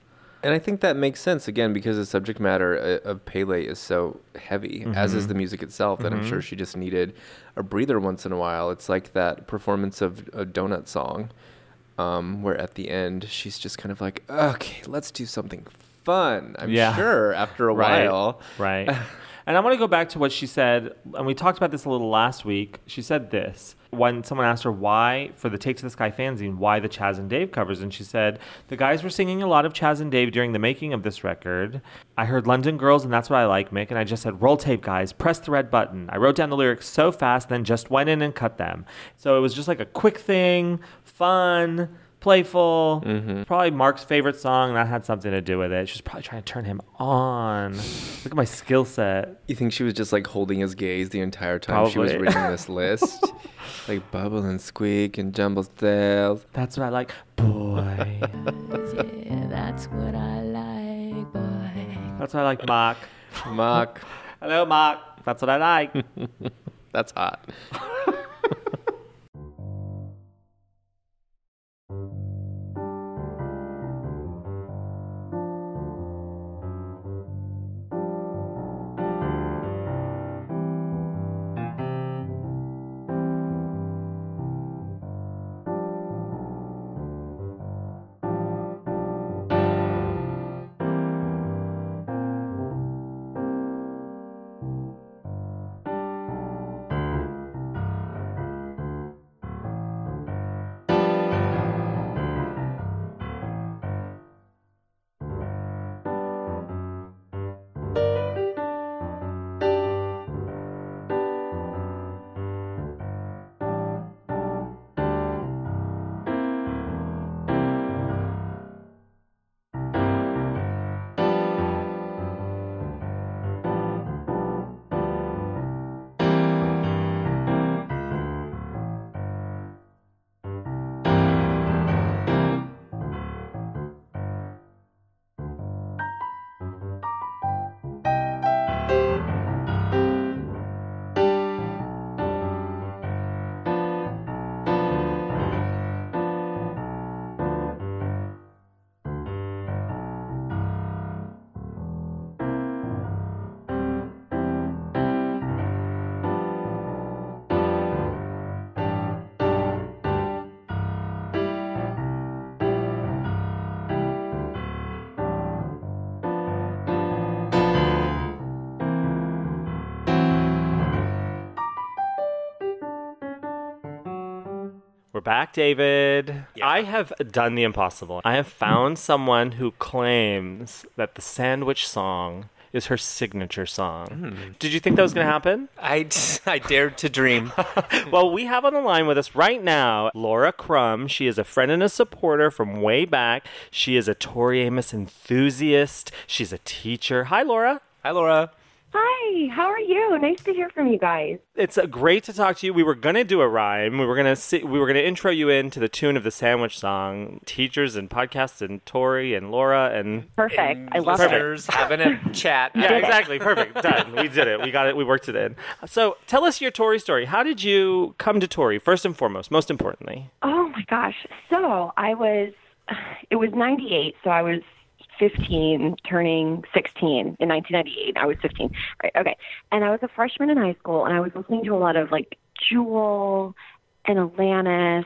S3: And I think that makes sense again because the subject matter uh, of Pele is so heavy, as
S1: Mm-hmm.
S3: is the music itself. That I'm sure she just needed a breather once in a while. It's like that performance of a Donut song, um, where at the end she's just kind of like, "Okay, let's do something fun." I'm
S1: Yeah.
S3: sure after a while.
S1: Right. <laughs> and I want to go back to what she said, and we talked about this a little last week. She said this when someone asked her why, for the Take to the Sky fanzine, why the Chaz and Dave covers. And she said, The guys were singing a lot of Chaz and Dave during the making of this record. I heard London Girls, and that's what I like, Mick. And I just said, Roll tape, guys, press the red button. I wrote down the lyrics so fast, then just went in and cut them. So it was just like a quick thing, fun. playful. Probably Mark's favorite song. That had something to do with it. She was probably trying to turn him on. Look at my skill set.
S3: You think she was just like holding his gaze the entire time she was
S1: Probably.
S3: reading
S1: <laughs>
S3: this list? like bubble and squeak and jumble tails.
S1: That's what I like. Boy.
S8: Yeah, that's what I like, boy.
S1: That's what I like, Mark. <laughs>
S3: Mock.
S1: Hello, Mark. That's what I like.
S3: That's hot.
S1: We're back, David. I have done the impossible. I have found someone who claims that the sandwich song is her signature song. Did you think that was going to happen?
S11: Hmm. I, <laughs> I dared to dream.
S1: <laughs> well, we have on the line with us right now Laura Crum. She is a friend and a supporter from way back. She is a Tori Amos enthusiast. She's a teacher. Hi, Laura.
S11: Hi, Laura.
S4: Hi, how are you? Nice to hear from you guys.
S1: It's uh, great to talk to you. We were gonna do a rhyme. We were gonna si- we were gonna intro you in to the tune of the sandwich song. Teachers and podcasts and Tori and Laura and
S4: Perfect. I love
S3: <laughs>
S4: it.
S11: Listeners having a chat.
S1: yeah, exactly, perfect. <laughs> Done. We did it. We got it. We worked it in. So tell us your Tori story. How did you come to Tori? First and foremost, most importantly.
S4: Oh my gosh. So I was, it was 98, so I was 15, turning 16 in 1998. I was 15. Right, okay. And I was a freshman in high school, and I was listening to a lot of like Jewel and Alanis,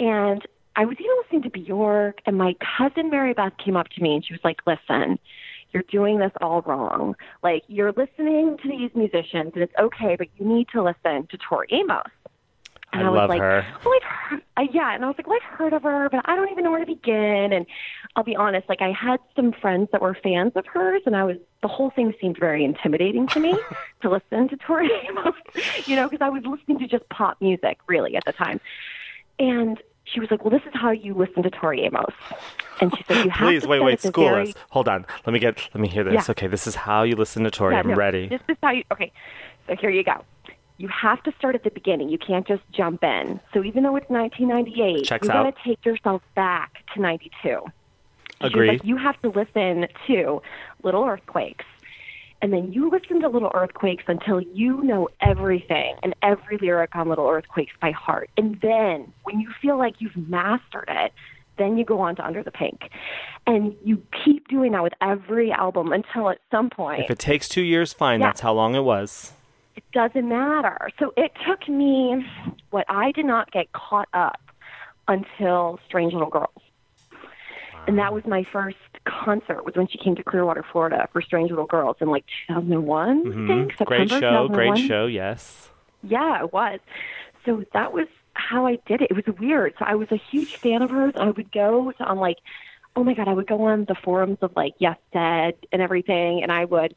S4: and I was even listening to Bjork, and my cousin Mary Beth came up to me and she was like, listen, you're doing this all wrong. Like, you're listening to these musicians, and it's okay, but you need to listen to Tori Amos. And
S1: I
S4: was
S1: love
S4: like,
S1: her.
S4: well, I've heard, uh, yeah, and I was like, well, I've heard of her, but I don't even know where to begin. And I'll be honest, like I had some friends that were fans of hers, and I was the whole thing seemed very intimidating
S1: <laughs>
S4: to me to listen to Tori Amos, you know, because I was listening to just pop music really at the time. And she was like, well, this is how you listen to Tori Amos, and she said, you have
S1: Please
S4: to
S1: wait,
S4: start
S1: wait.
S4: at the
S1: School
S4: very
S1: us. Hold on. Let me get. Let me hear this.
S4: Yeah.
S1: Okay, this is how you listen to Tori.
S4: yeah,
S1: I'm
S4: no,
S1: ready.
S4: This is how you. Okay, so here you go. You have to start at the beginning. You can't just jump in. So even though it's 1998,
S1: Checks
S4: you got
S1: out.
S4: to take yourself back to 92. She was
S1: Agree.
S4: Like, you have to listen to Little Earthquakes. And then you listen to Little Earthquakes until you know everything and every lyric on Little Earthquakes by heart. And then when you feel like you've mastered it, then you go on to Under the Pink. And you keep doing that with every album until at some point
S1: If it takes two years, fine. That's how long it was.
S4: it doesn't matter. So it took me what I did not get caught up until Strange Little Girls. And that was my first concert was when she came to Clearwater, Florida for Strange Little Girls in like 2001, I think.
S1: Mm-hmm. Great
S4: September
S1: show.
S4: 2001.
S1: Great show. <laughs> Yes.
S4: Yeah, it was. So that was how I did it. It was weird. So I was a huge fan of hers. I would go to on like, oh my god, I would go on the forums of like Yes Dead and everything, and I would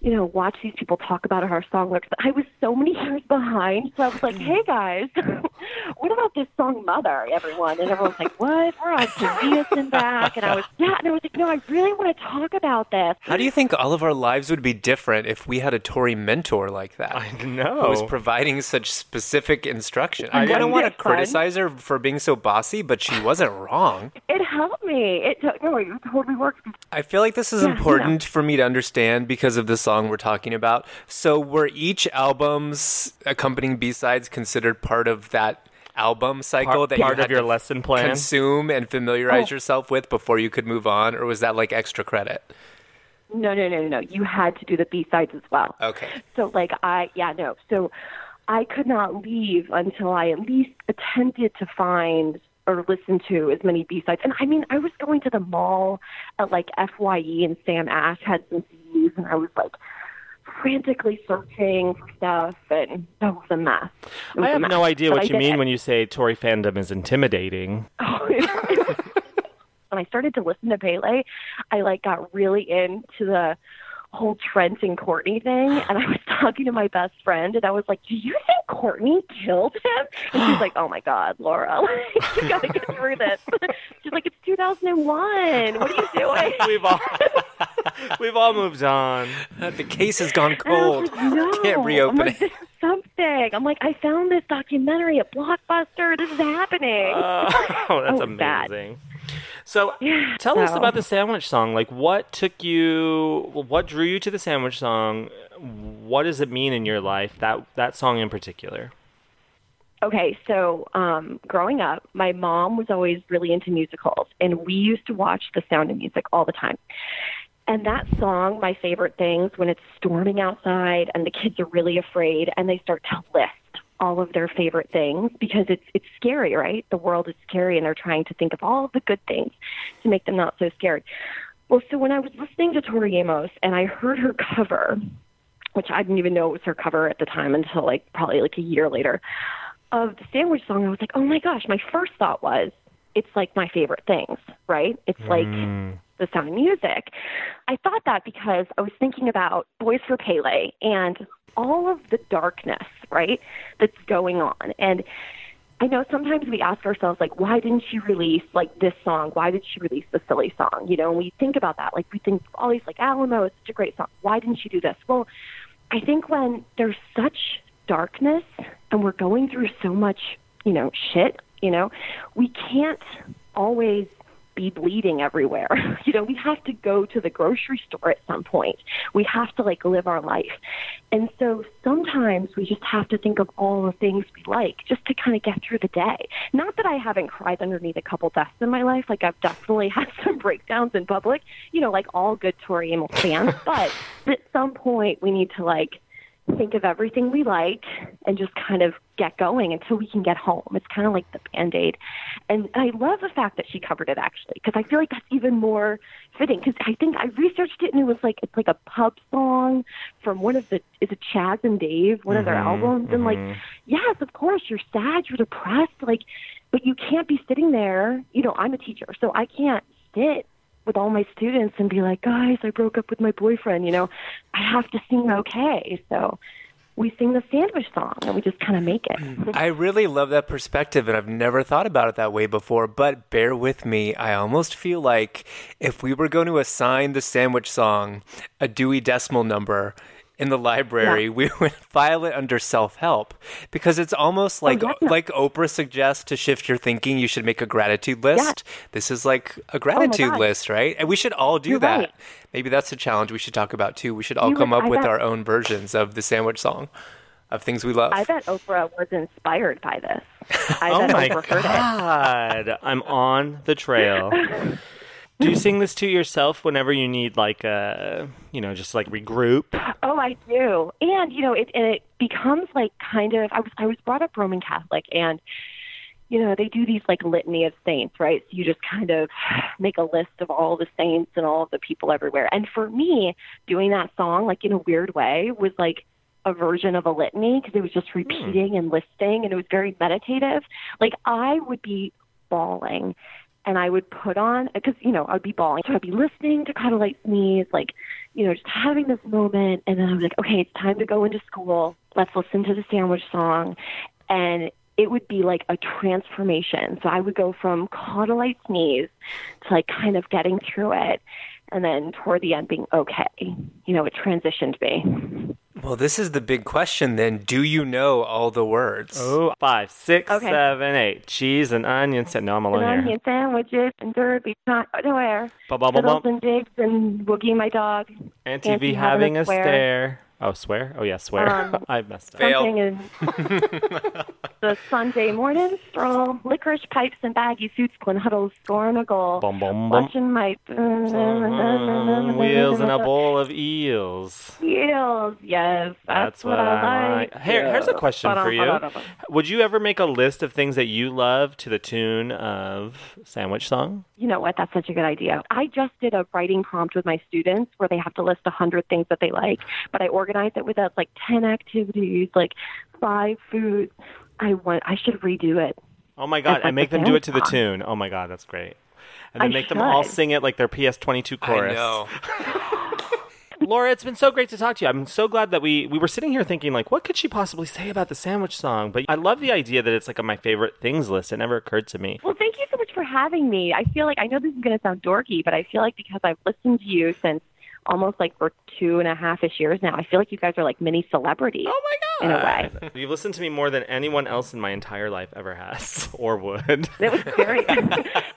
S4: you know, watch these people talk about how our song looks. I was so many <laughs> years behind, so I was like, "Hey guys, <laughs> what about this song, Mother?" Everyone and everyone's like, "What? We're on Korea's and back." And I was, "Yeah," and I was like, "No, I really want to talk about this."
S3: How do you think all of our lives would be different if we had a Tory mentor like that? I
S1: know.
S3: Who was providing such specific instruction. I,
S4: Wasn't
S3: don't want to
S4: it fun?
S3: criticize her for being so bossy, but she wasn't wrong.
S4: It helped me. It took no, it totally worked.
S3: <laughs> I feel like this is
S4: Yeah,
S3: important for me to understand because of the song we're talking about. So, were each album's accompanying B sides considered part of that album cycle
S1: Part-
S3: that
S1: part
S3: you had
S1: of your
S3: to
S1: lesson plan?
S3: consume and familiarize
S4: Oh.
S3: yourself with before you could move on, or was that like extra credit?
S4: No, no, no, no, no. You had to do the B sides as well.
S3: Okay.
S4: So like I yeah no so I could not leave until I at least attempted to find or listen to as many B sides. And I mean I was going to the mall at like Fye and Sam Ash had some CDs and I was like frantically searching for stuff and that was a mess. It was
S1: I
S4: a
S1: have
S4: mess.
S1: no idea
S4: But
S1: what
S4: I
S1: you
S4: did
S1: mean
S4: it.
S1: when you say Tory fandom is intimidating.
S4: when I started to listen to Pele, I like got really into the whole Trent and Courtney thing, and I was talking to my best friend, and I was like, "Do you think Courtney killed him?" And she's like, "Oh my God, Laura, <laughs> <laughs> like, you gotta get through this." <laughs> she's like, "It's 2001. What are you <laughs> doing?"
S1: <laughs> We've all <laughs> we've all moved on.
S3: <laughs> the case has gone
S4: And I was
S3: cold.
S4: like, no.
S3: Can't
S4: I'm
S3: reopen
S4: like,
S3: it.
S4: this is something. I'm like, I found this documentary at Blockbuster. This is happening.
S1: <laughs> Oh, that's
S4: Oh, it was bad.
S1: amazing.
S4: <laughs>
S1: So, tell us
S4: so-
S1: about the sandwich song. Like, what took you? What drew you to the sandwich song? What does it mean in your life? That that song in particular.
S4: Okay, so um, growing up, my mom was always really into musicals, and we used to watch The Sound of Music all the time. And that song, my favorite things, when it's storming outside and the kids are really afraid, and they start to list all of their favorite things because it's it's scary, right? The world is scary, and they're trying to think of all the good things to make them not so scared. Well, so when I was listening to Tori Amos and I heard her cover, which I didn't even know it was her cover at the time until like probably like a year later of the sandwich song, I was like, oh my gosh, my first thought was, it's like my favorite things, right? It's like the sound of music. I thought that because I was thinking about Boys for Pele and all of the darkness, right, that's going on. And I know sometimes we ask ourselves, like, why didn't she release like this song? Why did she release the silly song? You know, and we think about that. Like we think all these like Alamo is such a great song. Why didn't she do this? Well, I think when there's such darkness and we're going through so much, you know, shit, you know, we can't always be bleeding everywhere. <laughs> you know, we have to go to the grocery store at some point. We have to like live our life. And so sometimes we just have to think of all the things we like just to kind of get through the day. Not that I haven't cried underneath a couple deaths in my life. Like I've definitely <laughs> had some breakdowns in public, you know, like all good Tori Amos fans. <laughs> but at some point we need to like think of everything we like and just kind of get going until we can get home. It's kind of like the band aid. And I love the fact that she covered it actually because I feel like that's even more fitting because I think I researched it and it was like it's like a pub song from one of the is it Chaz and Dave one of their albums and like yes of course you're sad you're depressed like but you can't be sitting there you know I'm a teacher so I can't sit with all my students and be like, guys, I broke up with my boyfriend. You know, I have to sing okay. So we sing the sandwich song and we just kind of make
S3: <laughs>
S4: it.
S3: I really love that perspective, and I've never thought about it that way before. But bear with me, I almost feel like if we were going to assign the sandwich song a Dewey Decimal number in the library, <laughs> we would file it under self help because it's almost like
S4: definitely.
S3: like Oprah suggests to shift your thinking, you should make a gratitude list. This is like a gratitude
S4: Oh God.
S3: list, right? And we should all do
S4: You're
S3: that.
S4: right.
S3: Maybe that's a challenge we should talk about too. We should all
S4: You
S3: come
S4: would-
S3: up
S4: I
S3: with
S4: bet-
S3: our own versions of the sandwich song. Of things we love.
S4: I bet Oprah was inspired by this. I
S1: Oh
S4: bet
S1: my
S4: Oprah heard it.
S1: god! I'm on the
S4: <laughs>
S1: trail. Do you sing this to yourself whenever you need, like, uh, you know, just like regroup?
S4: Oh, I do. And you know, it and it becomes like kind of I was I was brought up Roman Catholic and you know, they do these like litany of saints, right? So you just kind of make a list of all the saints and all of the people everywhere. And for me, doing that song like in a weird way was like a version of a litany because it was just repeating and listing and it was very meditative. Like I would be bawling and I would put on because you know I'd be bawling, so I'd be listening to kind of like me, like you know, just having this moment, and then I was like, okay, it's time to go into school. Let's listen to the sandwich song, and it would be like a transformation. So I would go from caudalite sneeze to like kind of getting through it, and then toward the end being okay. You know, it transitioned me.
S11: Well, this is the big question then. Do you know all the words?
S1: Oh, five, six,
S4: Okay.
S1: seven, eight. Cheese and onion. sa- No, I'm alone
S4: and
S1: here.
S4: onion sandwiches and derby time. Oh, nowhere.
S1: Bum, bum, bum,
S4: Fiddles
S1: bum.
S4: and digs and Woogie my dog.
S1: And TV
S4: Auntie
S1: having a
S4: swear.
S1: stare. Oh, swear? Oh, yeah, swear.
S4: Um,
S1: <laughs> I messed up.
S4: Something in the Sunday morning stroll, licorice pipes and baggy suits, Glen Huddles scoring a goal.
S1: Bum, bum, bum.
S4: Watching my
S1: Mm, Wheels and a bowl of eels.
S4: Wheels, yes. That's,
S1: That's
S4: what, I like.
S1: Here, here's a question for you.
S4: Ba-dum-ba-dum-ba-dum.
S1: Would you ever make a list of things that you love to the tune of sandwich song?
S4: You know what? That's such a good idea. I just did a writing prompt with my students where they have to list a 100 things that they like, but I organized it with uh, like 10 activities, like five foods. I want. I should redo it.
S1: Oh my god,
S4: It's like
S1: and make
S4: the
S1: them do it to the
S4: sandwich
S1: tune. Oh my god, that's great. And
S4: I
S1: then make them all
S4: should.
S1: sing it like their PS22 chorus.
S4: <laughs>
S11: know.
S1: Laura, it's been so great to talk to you. I'm so glad that we we were sitting here thinking like, what could she possibly say about the sandwich song? But I love the idea that it's like on my favorite things list. It never occurred to me.
S4: Well, thank you so much for having me. I feel like I know this is going to sound dorky, but I feel like because I've listened to you since almost like for two and a half ish years now, I feel like you guys are like mini celebrities. Oh my In a way.
S1: Uh, You've listened to me more than anyone else in my entire life ever has <laughs> or would.
S4: It was very.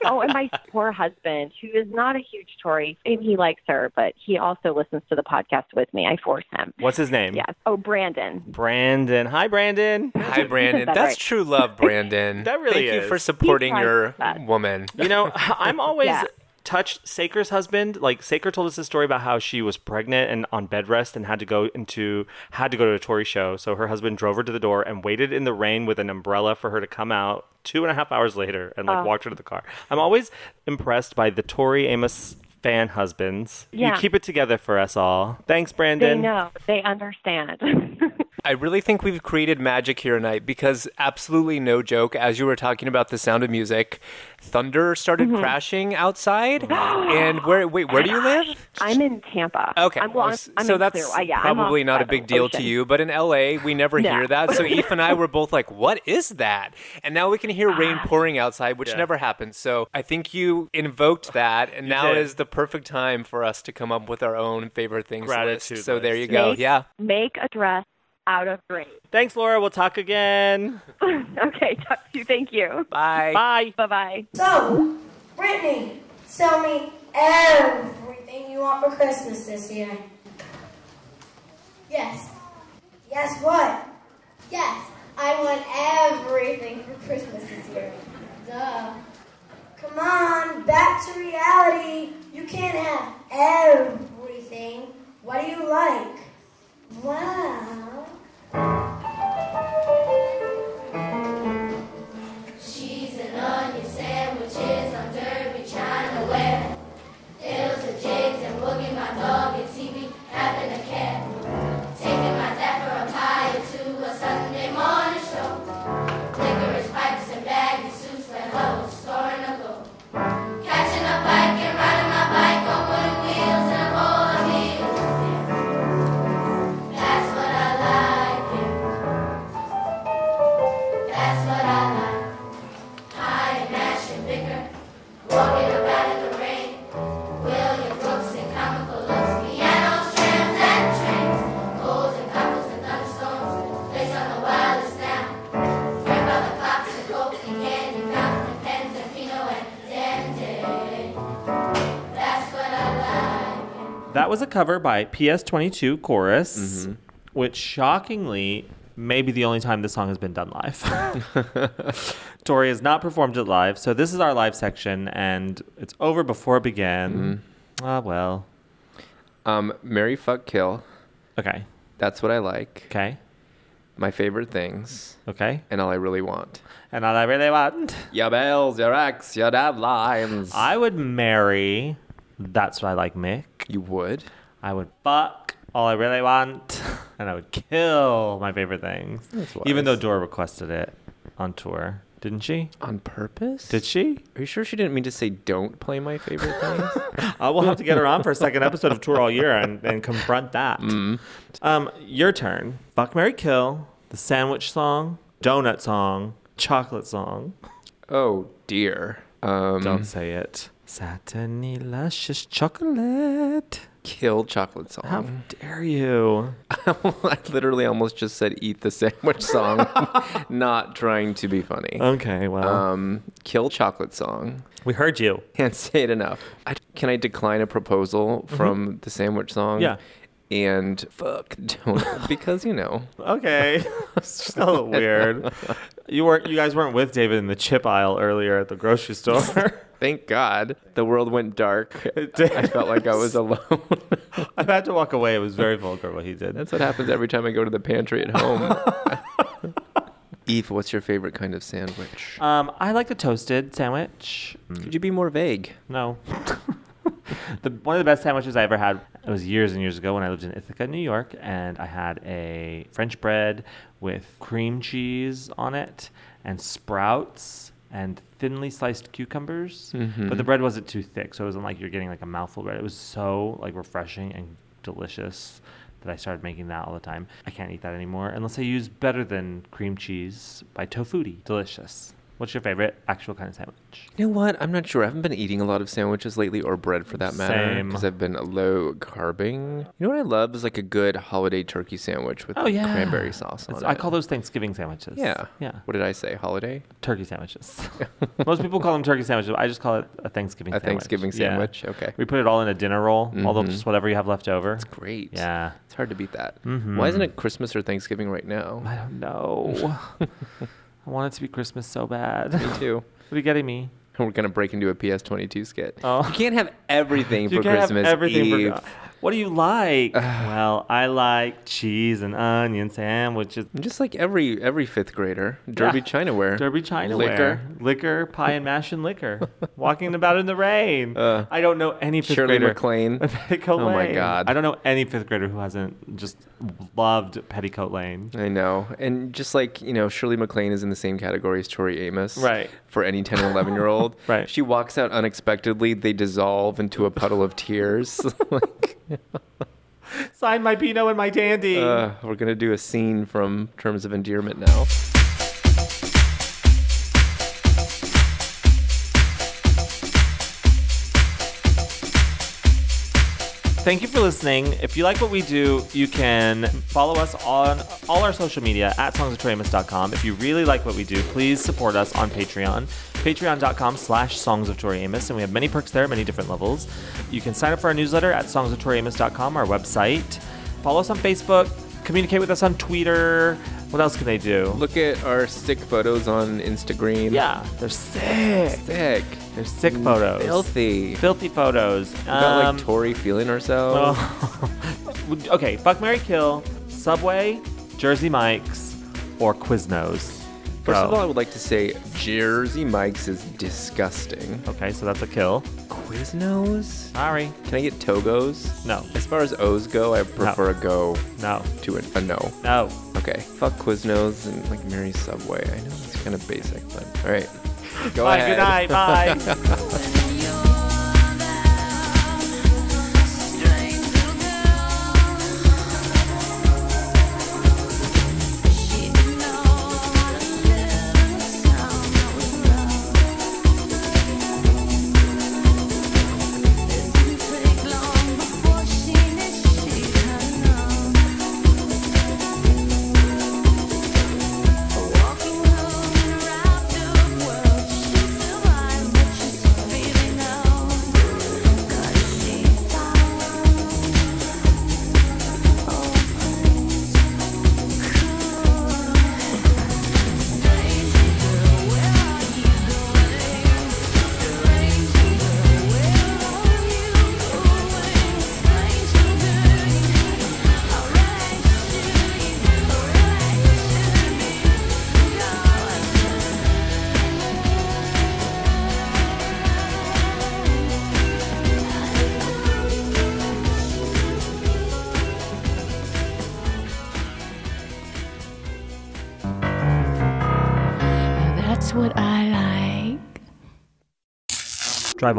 S4: oh, and my poor husband, who is not a huge Tory, and he likes her, but he also listens to the podcast with me. I force him.
S1: What's his name?
S4: Yes. Oh, Brandon.
S1: Brandon. Hi, <laughs> Brandon.
S11: Hi, Brandon.
S4: that
S11: That's
S4: right?
S11: true love, Brandon.
S1: <laughs> That
S11: Thank
S1: really
S11: you
S1: is.
S11: for supporting
S4: He's
S11: your
S4: like that.
S11: woman.
S1: You
S4: <laughs>
S1: know, <laughs> I'm always
S4: Yeah.
S1: touched. Saker's husband, like Saker, told us a story about how she was pregnant and on bed rest and had to go into had to go to a Tory show. So her husband drove her to the door and waited in the rain with an umbrella for her to come out two and a half hours later and like
S4: Oh.
S1: walked her to the car. I'm always impressed by the Tori Amos fan husbands.
S4: Yeah.
S1: You keep it together for us all. Thanks,
S4: They
S1: Brandon.
S4: know. They understand.
S11: I really think we've created magic here tonight because absolutely no joke. As you were talking about the sound of music, thunder started
S4: Mm-hmm.
S11: crashing
S4: <gasps>
S11: outside. and where? Wait, where do you live?
S4: I'm in Tampa.
S11: Okay,
S4: I'm, well, I'm,
S11: s-
S4: I'm
S11: so
S4: in
S11: that's
S4: Clearwater. Yeah, I'm
S11: probably
S4: off
S11: not a
S4: by
S11: big
S4: the
S11: deal to
S4: ocean.
S11: you, but in LA we never
S4: No.
S11: hear that.
S4: <laughs>
S11: So Eve and I were both like, "What is that?" And now we can hear rain
S4: Ah.
S11: pouring outside, which
S1: Yeah.
S11: never happens. So I think you invoked that, and now
S1: did.
S11: is the perfect time for us to come up with our own favorite things.
S1: Gratitude
S11: list. So there you
S1: list,
S11: go.
S4: Make-
S11: Yeah.
S4: Make a dress out of grapes.
S1: Thanks, Laura. We'll talk again.
S4: <laughs> okay, talk to you. Thank you.
S11: Bye.
S1: Bye.
S4: Bye bye.
S10: So, Brittany, sell me everything you want for Christmas this year. Yes. Yes, what? Yes, I want everything for Christmas this year. Duh. Come on, back to reality. You can't have everything. What do you like? Wow. Cheese and onion sandwiches on derby China ware. Fiddles and jigs and boogie my dog and TV having a cat. Taking my dad for a pie to a Sunday morning show. Licorice pipes and baggy suits for hoes, scoring a goal. Catching a bike and riding my bike on wooden wheels and a bowl of meals. That's what I like. yeah. That's what I like. I and Ash and Vicar, walking about in the rain. William Brooks and comical looks, pianos, trams and trains, holes and couples and thunderstorms, place on the wildest now. Grandfather clocks and coke and candy fountain and pens and Pinot and Dente. That's what I like.
S1: That was a cover by PS22 Chorus,
S3: Mm-hmm.
S1: which shockingly may be the only time this song has been done live.
S3: <laughs>
S1: Tori has not performed it live, so this is our live section, and it's over before it began.
S3: Mm-hmm.
S1: Ah, well.
S3: Um, Mary Fuck Kill.
S1: Okay.
S3: That's what I like.
S1: Okay.
S3: My favorite things.
S1: Okay.
S3: And all I really want.
S1: And all I really want,
S3: Your bells, your ex, your deadlines.
S1: I would marry. That's what I like, Mick.
S3: You would?
S1: I would fuck all I really want, <laughs> and I would kill my favorite things,
S3: That's
S1: even though
S3: wise.
S1: Dora requested it on tour. Didn't she?
S3: On purpose?
S1: Did she?
S3: Are you sure she didn't mean to say don't play
S1: <laughs>
S3: my favorite things?
S1: I will have to get her on for a second episode of Tour All Year and, and confront that. Um, your turn. Fuck Mary Kill, the sandwich song, donut song, chocolate song.
S3: Oh dear. Um,
S1: Don't say it. Satiny luscious chocolate.
S3: Kill chocolate song.
S1: How dare you?
S3: <laughs> I literally almost just said eat the
S1: <laughs>
S3: sandwich song, not trying to be funny.
S1: Okay, well,
S3: Um, kill chocolate song.
S1: we heard you.
S3: Can't <laughs> say it enough. I, can I decline a proposal from the sandwich song?
S1: Mm-hmm. Yeah.
S3: And fuck <laughs> donut because you know
S1: Okay, <laughs> it's a little weird. You weren't. You guys weren't with David in the chip aisle earlier at the grocery <laughs> store.
S3: Thank God the world went dark.
S1: <laughs> It did.
S3: I felt like
S1: <laughs>
S3: I was alone. <laughs>
S1: I've had to walk away. It was very vulgar what he did.
S3: That's <laughs> what happens every time I go to the pantry at home. <laughs> Eve, what's your favorite kind of sandwich?
S1: <laughs> Um, I like a toasted sandwich.
S3: Could you be more vague?
S1: No. <laughs> the, one of the best sandwiches I ever had it was years and years ago when I lived in Ithaca, New York, and I had a French bread with cream cheese on it and sprouts and thinly sliced cucumbers. But the bread wasn't too thick, so it wasn't like you're getting like a mouthful of bread. It was so like refreshing and delicious that I started making that all the time. I can't eat that anymore unless I use better than cream cheese by Tofuti. Delicious. What's your favorite actual kind of sandwich?
S3: You know what? I'm not sure. I haven't been eating a lot of sandwiches lately, or bread for that matter,
S1: Same.
S3: because I've been low carbing. You know what I love is like a good holiday turkey sandwich with
S1: Oh yeah,
S3: cranberry sauce on
S1: It's-
S3: it.
S1: I call those Thanksgiving sandwiches.
S3: Yeah.
S1: yeah,
S3: What did I say? Holiday?
S1: turkey
S3: <laughs>
S1: sandwiches. <laughs> Most people call them turkey sandwiches. but I just call it a Thanksgiving.
S3: A
S1: sandwich.
S3: Thanksgiving
S1: Yeah.
S3: sandwich? Okay. Mm-hmm.
S1: We put it all in a dinner roll, although just whatever you have left over. It's
S3: Great.
S1: Yeah. Mm-hmm.
S3: It's hard to beat that. Why isn't it Christmas or Thanksgiving right
S1: I
S3: now?
S1: don't
S3: <laughs>
S1: know. <laughs> I want it to be Christmas so bad.
S3: Me
S1: <laughs> what
S3: too.
S1: are you getting me?
S3: We're gonna break into a PS22 skit.
S1: Oh.
S3: You can't have everything
S1: <laughs>
S3: for
S1: you can't
S3: Christmas
S1: have everything
S3: Eve.
S1: for. What do you
S3: <sighs>
S1: like? well, I like cheese and onion sandwiches.
S3: Just like every every fifth grader, Derby
S1: Yeah.
S3: Chinaware,
S1: Derby China
S3: liquor.
S1: liquor, pie and mash and
S3: <laughs>
S1: liquor. Walking about in the rain.
S3: Uh,
S1: I don't know any fifth
S3: Shirley
S1: grader. <laughs>
S3: MacLaine.
S1: Petticoat
S3: Oh my
S1: Lane.
S3: God.
S1: I don't know any fifth grader who hasn't just loved Petticoat Lane.
S3: I know, and just like you know, Shirley MacLaine is in the same category as Tori Amos,
S1: Right.
S3: For any ten and eleven year old,
S1: <laughs> Right.
S3: She walks out unexpectedly; they dissolve into a puddle of tears. <laughs> like,
S1: Sign my Pinot and my Dandy.
S3: uh, we're gonna do a scene from Terms of Endearment now.
S1: Thank you for listening. If you like what we do, you can follow us on all our social media at songsoftoryamus.com. If you really like what we do, please support us on Patreon, patreon.com slash songs of Tori Amos, and we have many perks there, many different levels. You can sign up for our newsletter at songsoftoryamus.com, our website. Follow us on Facebook, communicate with us on Twitter. What else can they do?
S3: Look at our sick photos on Instagram.
S1: yeah, they're sick.
S3: sick,
S1: They're sick photos.
S3: filthy.
S1: Filthy photos.
S3: About
S1: Um, Oh,
S3: like Tori feeling herself.
S1: Well, Oh. <laughs> okay, fuck Mary Kill, Subway, Jersey Mike's, or Quiznos.
S3: First of
S1: Go.
S3: all, I would like to say Jersey Mike's is disgusting.
S1: okay, so that's a kill.
S3: Quiznos?
S1: Sorry,
S3: Can I get Togos?
S1: No.
S3: As far as O's go, I prefer a go
S1: no,
S3: to a, a no.
S1: no.
S3: Okay. Fuck Quiznos and like Mary's Subway. I know it's kind of basic, but
S1: <laughs>
S3: all right. Go
S1: Bye.
S3: ahead.
S1: Good night. Bye.
S3: <laughs>
S10: Walking home and around the world, she survived, but she's feeling.
S8: That's what I like.
S1: Drive